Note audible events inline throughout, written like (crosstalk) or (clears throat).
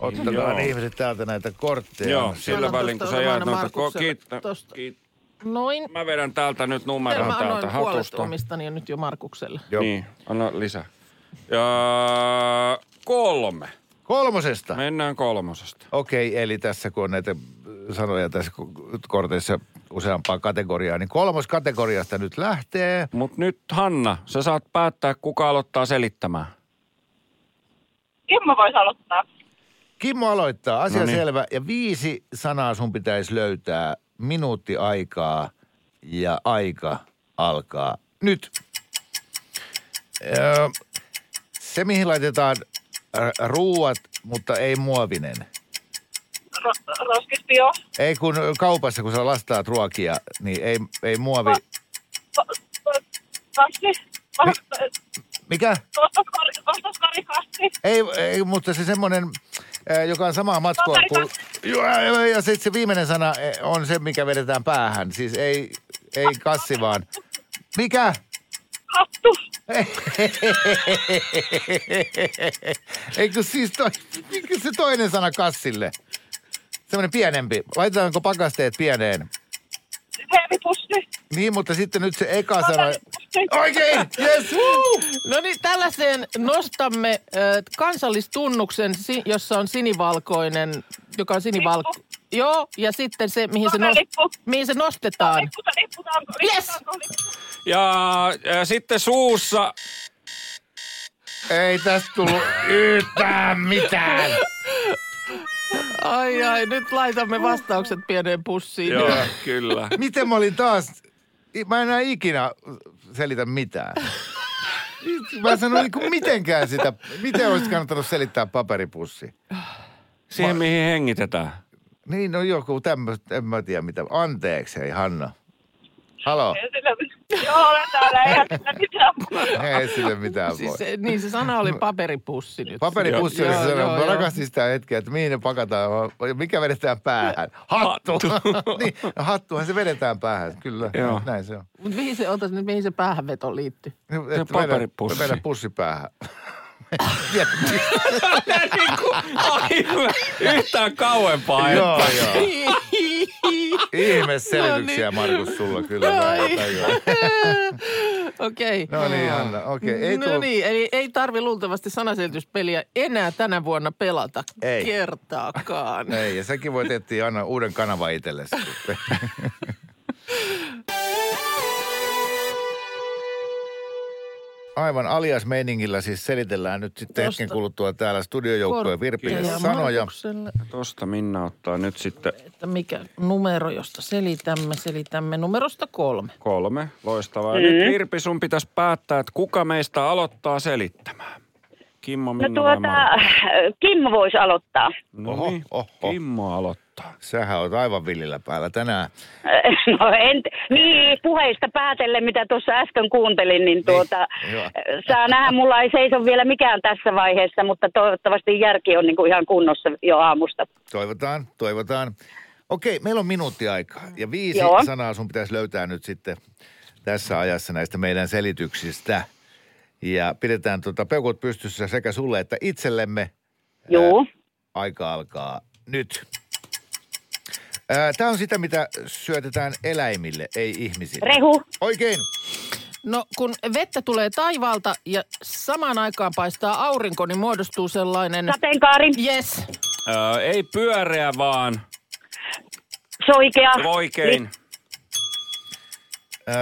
Ottakaa Joo. ihmiset täältä näitä kortteja. Joo, sillä annan välin kun tosta sä jäät Romana noita... ko- Markukselle Kiitta, tosta. kiitta. Noin. Mä vedän täältä nyt Mä, numeron mä täältä annoin puolet hatusta. omistani jo nyt jo Markukselle. Joo. Niin, anna lisää. Ja kolme. Kolmosesta. Mennään kolmosesta. Okei, eli tässä kun on näitä sanoja tässä korteissa useampaa kategoriaa, niin kolmos kategoriasta nyt lähtee. Mut nyt Hanna, sä saat päättää kuka aloittaa selittämään. Kimmo voisi aloittaa. Kimmo aloittaa, asia Noniin. selvä. Ja viisi sanaa sun pitäisi löytää minuutti aikaa ja aika alkaa nyt. Öö, se, mihin laitetaan r- ruuat, mutta ei muovinen. Ro- roskispio. Ei kun kaupassa, kun sä lastaat ruokia, niin ei, ei muovi. Kasti. Mikä? Vastaskari kasti. Ei, ei mutta se semmoinen, äh, joka on samaa matkoa kuin... Joo, joo, Ja sitten se viimeinen sana eh, on se, mikä vedetään päähän. Siis ei, ei kassi vaan. Mikä? Hattu. Eikö siis toi, mikä se toinen sana kassille? Semmoinen pienempi. Laitetaanko pakasteet pieneen? Heavipussi. Niin, mutta sitten nyt se eka sana... Oikein! Yes! Woo! No niin, tällaiseen nostamme ö, kansallistunnuksen, si- jossa on sinivalkoinen, joka on sinivalko... Lippu. Joo, ja sitten se, mihin se, Suomen nost- lippu. mihin se nostetaan. Lipputa, lipputaanko? Yes! lipputaanko, lipputaanko? Ja, ja sitten suussa Ei tästä tullut yhtään mitään. Ai ai, nyt laitamme vastaukset pieneen pussiin. Niin, Joo, kyllä. Miten mä olin taas... Mä en enää ikinä selitä mitään. Mä en sano niin kuin mitenkään sitä. Miten olisi kannattanut selittää paperipussi? Siihen mihin hengitetään. Niin, no joku tämmöistä, en mä tiedä mitä. Anteeksi, hei Hanna. Halo, Sillä- Joo, olen täällä. (laughs) Eihän sillä mitään voi. ei sille mitään voi. Siis se, niin se sana oli paperipussi nyt. Paperipussi oli Joo, se sana. joo, Mä joo. rakastin sitä hetkeä, että mihin ne pakataan, mikä vedetään päähän. Hattu! (laughs) niin, no hattuhan se vedetään päähän, kyllä. Joo. Näin se on. Mut mihin se, otas nyt, mihin se päähänveto liittyy? No, Se on et vedä- paperipussi. Vedä pussi (laughs) päähän. (laughs) Tiedä. niin kuin, aivan, yhtään kauempaa. joo, joo. (laughs) Ihme selvityksiä, No Markus, sulla kyllä. Mä en Ai. tajua. (laughs) Okei. No niin, Hanna, okei. Ei no tullut- niin, eli ei tarvi luultavasti sanaselityspeliä enää tänä vuonna pelata Ei. kertaakaan. Ei, ja säkin voit etsiä aina uuden kanavan itsellesi. Aivan alias meiningillä siis selitellään nyt sitten hetken Tosta. kuluttua täällä studiojoukkojen Kortteja virpille sanoja. Markukselle, Tosta Minna ottaa nyt sitten Että mikä numero, josta selitämme, selitämme numerosta kolme. kolme. Loistavaa. Mm. Nyt Virpi, sun pitäisi päättää, että kuka meistä aloittaa selittämään. Kimmo, No Minna vai tuota, Mari? Kimmo voisi aloittaa. No niin, Oho, oho. Kimmo aloittaa. Sähän oot aivan villillä päällä tänään. (laughs) No en, niin, puheista päätellen, mitä tuossa äsken kuuntelin, niin tuota, joo. saa nähdä, mulla ei seiso vielä mikään tässä vaiheessa, mutta toivottavasti järki on niinku ihan kunnossa jo aamusta. Toivotaan, toivotaan. Okei, meillä on minuutti aikaa ja viisi Joo. sanaa sun pitäisi löytää nyt sitten tässä ajassa näistä meidän selityksistä. Ja pidetään tuota peukut pystyssä sekä sulle että itsellemme. Juu. Aika alkaa nyt. Tämä on sitä, mitä syötetään eläimille, ei ihmisille. Rehu, Oikein. No kun vettä tulee taivaalta ja samaan aikaan paistaa aurinko, niin muodostuu sellainen... sateenkaari, Yes, Öö, ei pyöreä vaan. soikea, Niin, Oikein. Ö,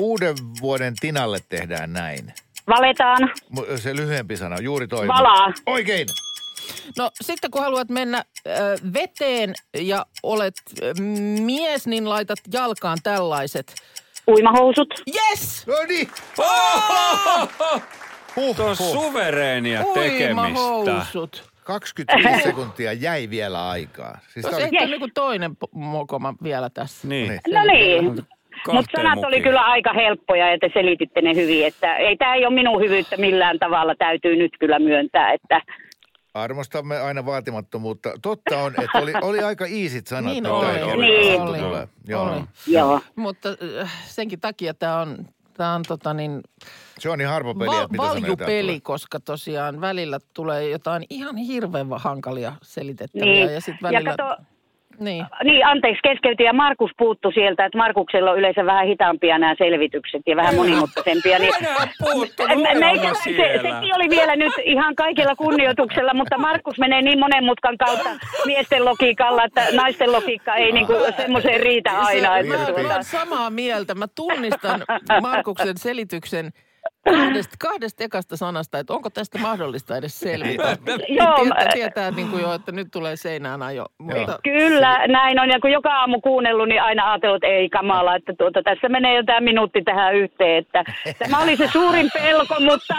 uuden vuoden tinalle tehdään näin. valetaan, Mu- Se lyhyempi sana, juuri toi. Valaa. Oikein. No sitten kun haluat mennä ö, veteen ja olet ö, mies, niin laitat jalkaan tällaiset. uimahousut, Yes! No niin. Oho! Huh, Tuo on huh. suvereenia tekemistä. Uimahousut. 25 (laughs) sekuntia jäi vielä aikaa. Siis Jos tää oli, ei niin kuin toinen po- mokoma vielä tässä. Niin. No niin. Kahteen Mutta sanat oli mukiin. kyllä aika helppoja ja te selititte ne hyvin, että ei tämä ei ole minun hyvyyttä millään tavalla, täytyy nyt kyllä myöntää, että arvostamme aina vaatimattomuutta. Totta on, että oli, oli aika iisit sanat. Niin mitä oli, ei oli, Niin. osattu oli, tulla. oli. Joo. joo. Mutta äh, senkin takia tämä on, tämä on tota niin, Se on niin harva peli, val- että mitä sanotaan valjupeli, koska tosiaan välillä tulee jotain ihan hirveän hankalia selitettäviä. Niin. Ja sitten välillä... ja kato, niin. niin anteeksi keskeytin ja Markus puuttu sieltä, että Markuksella on yleensä vähän hitaampia nämä selvitykset ja vähän monimutkaisempia. Niin... Enää puuttu, Me- me, Meikä, se, sekin oli vielä nyt ihan kaikella kunnioituksella, mutta Markus menee niin monen mutkan kautta miesten logiikalla, että naisten logiikka ei niinku semmoiseen riitä aina. Että mä, mä tuota, oon samaa mieltä. Mä tunnistan Markuksen selityksen kahdesta, kahdesta ekasta sanasta, että onko tästä mahdollista edes selvitä. Joo, Tietää, mä- tietää niin kuin jo, että nyt tulee seinään ajo. Mutta Niin. kyllä, näin on. Ja kun joka aamu kuunnellut, niin aina ajatellut, että ei kamala, että tuota, tässä menee jo tämä minuutti tähän yhteen. Että tämä oli se suurin pelko, mutta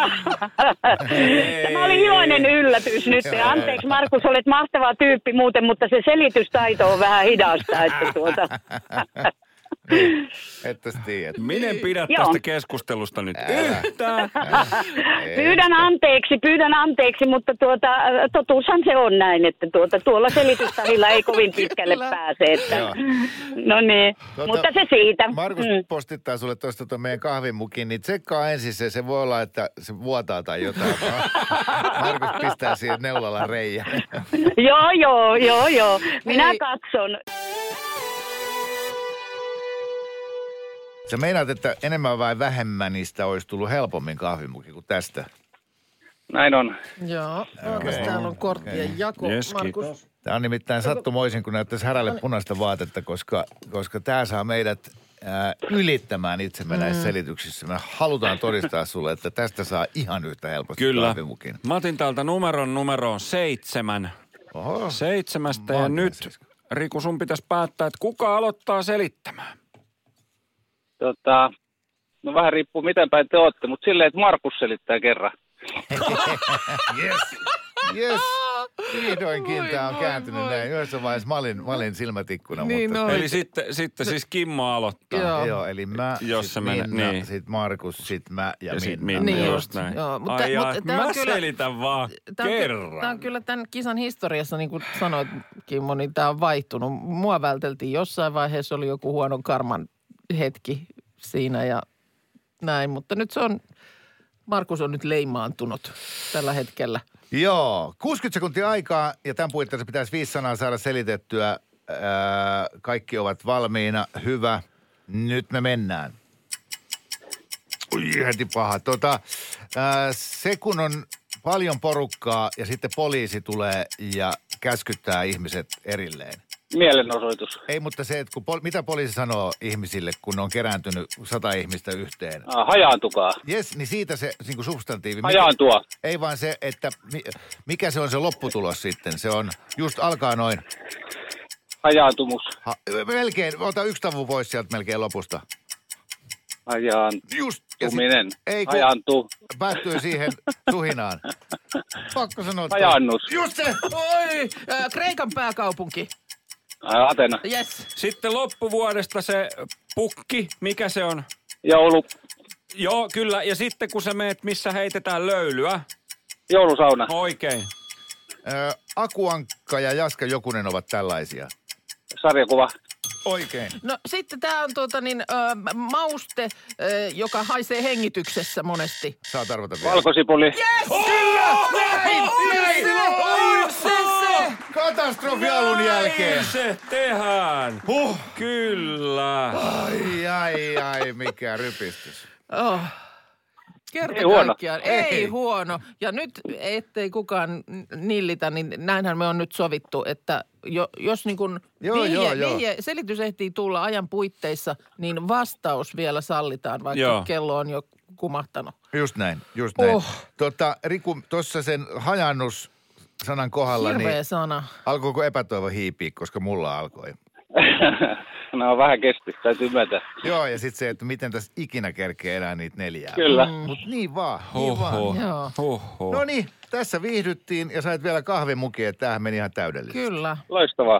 tämä oli iloinen yllätys nyt. Ja anteeksi Markus, olet mahtava tyyppi muuten, mutta se selitystaito on vähän hidasta. Että tuota. Että sä tiedät. Minä en pidä Joo. tästä keskustelusta nyt yhtään. Pyydän anteeksi, pyydän anteeksi, mutta tuota, äh, totuushan se on näin, että tuota, tuolla selitystahilla ei kovin pitkälle Kyllä. pääse. Että. Joo. No niin, Tuota, mutta se siitä. Markus Mm. postittaa sulle tuosta tuon meidän kahvimukin, niin tsekkaa ensin se. Se voi olla, että se vuotaa tai jotain. (laughs) Markus pistää siihen neulalla (laughs) reijä. Joo, joo, joo, joo. Minä Hei. katson. Sä meinaat, että enemmän vai vähemmän niistä olisi tullut helpommin kahvimuki kuin tästä. Näin on. joo, okay. täällä on korttien jako. Yes, Markus, Tämä on nimittäin sattumoisin, kun näyttäisi härälle punaista vaatetta, koska, koska tämä saa meidät ää, ylittämään itsemme Mm. näissä selityksissä. Me halutaan todistaa sulle, että tästä saa ihan yhtä helposti Kyllä. kahvimukin. Mä otin täältä numeron numeroon seitsemän. Oho. Seitsemästä Mä ja otin nyt, siis. Riku, sun pitäisi päättää, että kuka aloittaa selittämään. Tota, no vähän riippuu miten päin te ootte, mutta silleen, että Markus selittää kerran. Yes. Yes. Vihdoinkin Voi, tämä on voi, kääntynyt voi. näin. Yhdessä vaiheessa mä olin, mä olin silmätikkuna, Niin mutta... oli. Eli sitten, sitten siis Kimmo aloittaa. Joo. Joo. Joo, eli mä, Jos sit se menee, Minna, niin. sit Markus, sit mä ja, Ja Minna. sit Minna, Niin niin just, just näin. joo, mutta- Ai jaa, mutta tää on mä kyllä- selitän vaan Tämä on, kerran. ky- tämä on kyllä tämän kisan historiassa, niin kuin sanoit Kimmo, niin tämä on vaihtunut. Mua välteltiin jossain vaiheessa, oli joku huono karman hetki siinä ja näin, mutta nyt se on, Markus on nyt leimaantunut tällä hetkellä. Joo, 60 sekuntia aikaa ja tämän puitteissa pitäisi viisi sanaa saada selitettyä. Öö, kaikki ovat valmiina, hyvä. Nyt me mennään. Ui, heti paha. Tota, öö, se kun on paljon porukkaa ja sitten poliisi tulee ja käskyttää ihmiset erilleen. Mielenosoitus. Ei, mutta se, että kun pol- mitä poliisi sanoo ihmisille, kun on kerääntynyt sata ihmistä yhteen. Ah, hajaantukaa. Jes, niin siitä se niin kuin substantiivi. Mikä- Hajaantua. ei vaan se, että mi- mikä se on se lopputulos sitten. Se on, just alkaa noin. Hajaantumus. Ha, melkein, ota yksi tavu pois sieltä melkein lopusta. Hajaantuminen. Just. ja sit- Ei kun Hajaantuu. päättyy siihen tuhinaan. Pakko sanoa. toi. Hajaannus. Just se! Oi, ää, Kreikan pääkaupunki. Ai, Ah, Atena. Yes. Sitten loppuvuodesta se pukki, mikä se on? Joulu. Joo, kyllä. Ja sitten kun sä meet, missä heitetään löylyä. Joulusauna. Oikein. Ö, Akuankka ja Jaska Jokunen ovat tällaisia. Sarjakuva. Oikein. No sitten tämä on tuota niin, ö, mauste, ö, joka haisee hengityksessä monesti. Saat arvata vielä. Valkosipuli. Näin, näin, on se se! Katastrofi alun jälkeen. Näin se tehdään. Huh. Kyllä. Ai, ai, ai, mikä rypistys. Oh. Kerta Ei huono. kaikkiaan. Ei, Ei. huono. Ja nyt ettei kukaan n- nillitä, niin näinhän me on nyt sovittu, että jo, jos niin kuin Joo, vihje, joo, joo. vihje, selitys ehtii tulla ajan puitteissa, niin vastaus vielä sallitaan, vaikka Joo. kello on jo kumahtanut. Just näin, just näin. Oh. Tota, Riku, tuossa sen hajannus sanan kohdalla, Hirveä niin sana. Alkoiko epätoivo hiipiä, koska mulla alkoi? nämä vähän kesti, täytyy myöntää. Joo, ja sitten se, että miten tässä ikinä kerkee elää niitä neljää. Kyllä. Mut niin vaan, niin vaan. Hoho. Joo. Hoho. No niin, tässä viihdyttiin ja sait vielä kahvimukia, että tämähän meni ihan täydellisesti. Kyllä. Loistavaa.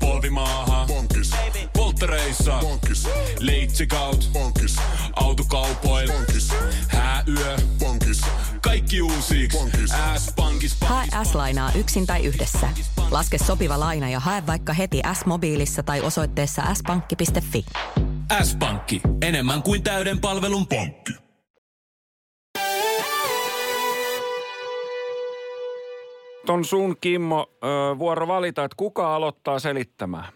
Polvimaaha. Bonkis. Polttereissa. Bonkis. Leitsikaut. Bonkis. Autokaupoil. Bonkis. Hääyö. Bonkis. Kaikki uusi. S-pankis. Hae pankis, S-lainaa yksin tai yhdessä. Laske sopiva laina ja hae vaikka heti S-mobiilissa tai osoitteessa s-pankki.fi. pankki. S-pankki. Enemmän kuin täyden palvelun pankki. Nyt on sun, Kimmo, ö, vuoro valita, että kuka aloittaa selittämään.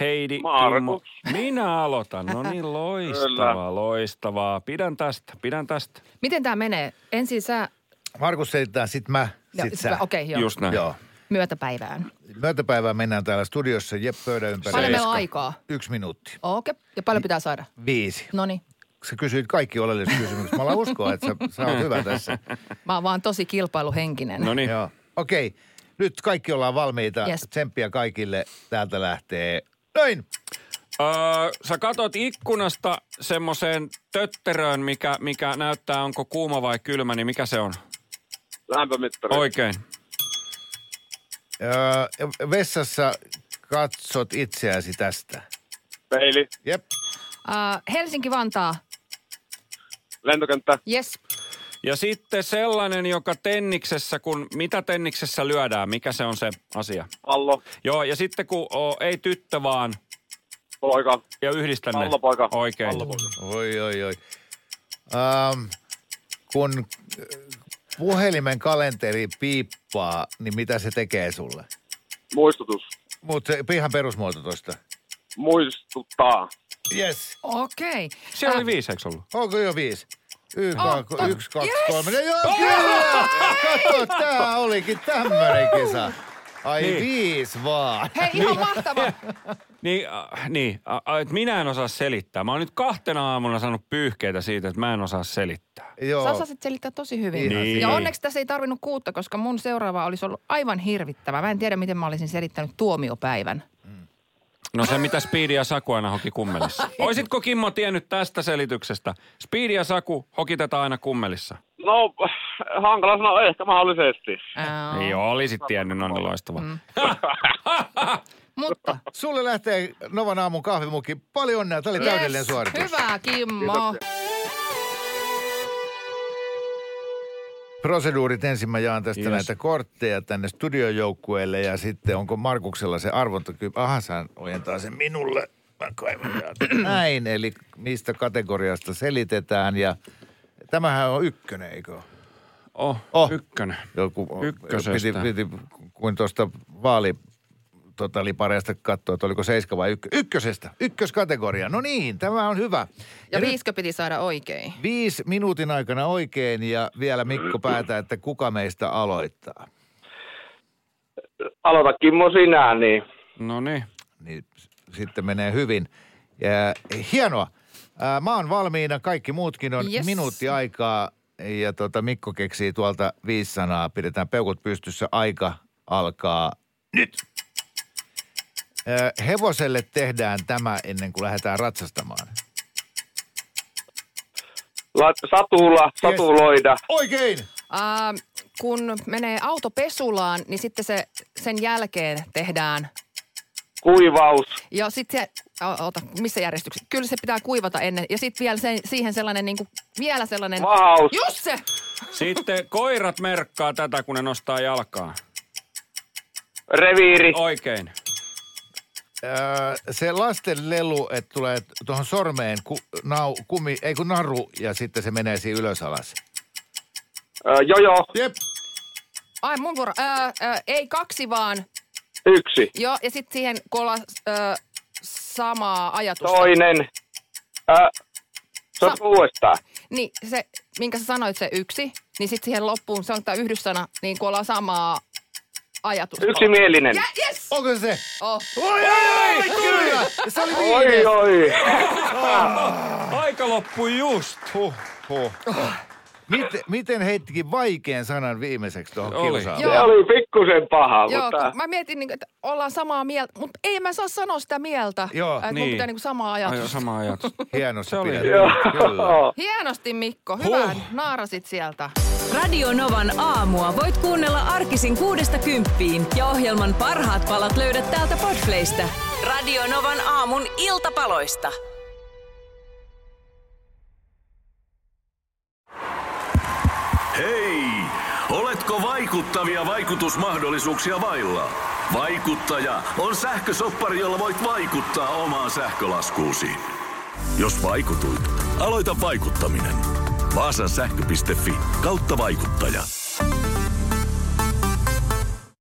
Heidi, Markus. Kimmo. Minä aloitan. No niin, loistavaa, loistavaa. Pidän tästä, pidän tästä. Miten tämä menee? Ensin sä... Markus selittää, sit mä, ja- sit sä. Okei, okay, joo. Just näin. Joo. Myötäpäivään. Myötäpäivään mennään täällä studiossa, jep, pöydän Paljon ympärillä. meillä on aikaa? Yksi minuutti. Okei. Okay. Ja paljon pitää saada? Viisi. No niin. Sä kysyit kaikki oleelliset kysymykset. Mä alan uskoa, että sä, sä oot hyvä tässä. Mä oon vaan tosi kilpailuhenkinen. No niin, Joo. Okei, nyt kaikki ollaan valmiita. Yes. Tsemppiä kaikille. Täältä lähtee noin. Öö, sä katot ikkunasta semmoiseen tötteröön, mikä, mikä näyttää, onko kuuma vai kylmä, niin mikä se on? Lämpömittari. Oikein. Öö, vessassa katsot itseäsi tästä. Peili. Jep. Uh, Helsinki-Vantaa. Lentokenttä. Yes. Ja sitten sellainen, joka tenniksessä, kun mitä tenniksessä lyödään, mikä se on se asia? Pallo. Joo, ja sitten kun o, ei tyttö vaan, Poika. ja yhdistän ne. Pallopoika. Oikein. Oi, oi, oi. Öm, Ähm, kun äh, puhelimen kalenteri piippaa, niin mitä se tekee sulle? Muistutus. Mutta se ihan perusmuoto tosta. Muistuttaa. Yes. Okei. Se oli Ä, viisi, eikö ollut? Onko jo viisi? Yksi, On, oh, on. yksi kaksi, Yes! kolme. No joo, kyllä! Kato, tää olikin tämmönen kisa. Ai Niin. viisi vaan. Hei, ihan mahtava. Niin, äh, niin äh, äh, et minä en osaa selittää. Mä oon nyt kahtena aamuna saanut pyyhkeitä siitä, että mä en osaa selittää. Sä Joo. osasit selittää tosi hyvin. Niin. Ja onneksi tässä ei tarvinnut kuutta, koska mun seuraava olisi ollut aivan hirvittävä. Mä en tiedä, miten mä olisin selittänyt tuomiopäivän. No se, mitä Speedy ja Saku aina hoki kummelissa. Oisitko Kimmo tiennyt tästä selityksestä? Speedy ja Saku hoki tätä aina kummelissa. No, (sighs) hankala sanoa ehkä mahdollisesti. No. Ää, Ei Joo, olisit tiennyt, no niin loistava. Mutta Sulle lähtee Novan aamun kahvimukki. Paljon onnea. (laughs) Tämä oli täydellinen Yes. suoritus. Hyvä, Kimmo. Proseduurit ensin mä jaan tästä Yes. näitä kortteja tänne studiojoukkueelle ja sitten onko Markuksella se arvontakyky. Aha, sä ojentaa sen minulle. Mä kaivan (clears throat) täältä. Näin, eli mistä kategoriasta selitetään ja tämähän on ykkönen, eikö ole? Oh, Oh. oh. ykkönen. Joku, piti, Ykkösestä. piti, kuin tuosta vaali tota, oli parasta katsoa, että oliko seiska vai ykkö, ykkösestä. Ykköskategoria. No niin, tämä on hyvä. Ja nyt viisikö piti saada oikein? viisi minuutin aikana oikein ja vielä Mikko päätä, että kuka meistä aloittaa. Aloita Kimmo sinä, niin. No niin. niin s- sitten menee hyvin. Ja, hienoa. Ää, Mä oon valmiina, kaikki muutkin on yes. Yes. minuutti aikaa. Ja tota, Mikko keksii tuolta viisi sanaa. Pidetään peukut pystyssä, aika alkaa nyt. Ää, Hevoselle tehdään tämä ennen kuin lähdetään ratsastamaan. Lait- Satula, satuloida. Oikein! Ää, kun menee auto pesulaan, niin sitten se, sen jälkeen tehdään. Kuivaus. Ja sitten se, o- ota, missä järjestyksessä? Kyllä se pitää kuivata ennen. Ja sitten vielä sen, siihen sellainen, niin kuin, vielä sellainen. Vahaus. Just se! Sitten koirat merkkaa tätä, kun ne nostaa jalkaa. Reviiri. Oh. Oikein. Ää, se lasten lelu, että tulee tuohon sormeen ku, nau, kumi, ei kun naru ja sitten se menee siinä ylös alas. Ö, Jojo. Jep, Ai mun vuoro. Öö, öö, ei kaksi vaan. Yksi. Joo, ja sitten siihen kola öö, samaa ajatusta. Toinen. Äh, se on Sa- uudestaan. Niin se, minkä sä sanoit, se yksi, niin sitten siihen loppuun, se on tämä yhdyssana, niin kola samaa ajatusta. Yksimielinen. Ja, yes! Onko se se? Oh. Oi, oi, oi, kyllä! Se oli viides. Oi, oi. Aika loppu just. Huh, huh. Miten, miten heittikin vaikean sanan viimeiseksi tuohon Oli. kilsaan? Joo. Se oli pikkusen paha, Joo, mutta... kun mä mietin, niin, että ollaan samaa mieltä, mutta ei mä saa sanoa sitä mieltä. Joo, että mun niin. pitää niin samaa Ai, ajatusta. sama ajatus. Hienosti Se oli- pidetty. Kyllä. Joo. Hienosti Mikko, hyvä, naarasit sieltä. Radio Novan aamua voit kuunnella arkisin kuudesta kymppiin ja ohjelman parhaat palat löydät täältä Podplaysta. Radio Novan aamun iltapaloista. Hei! Oletko vaikuttavia vaikutusmahdollisuuksia vailla? Vaikuttaja on sähkösoppari, jolla voit vaikuttaa omaan sähkölaskuusi. Jos vaikutuit, aloita vaikuttaminen. Vaasan sähkö.fi kautta vaikuttaja.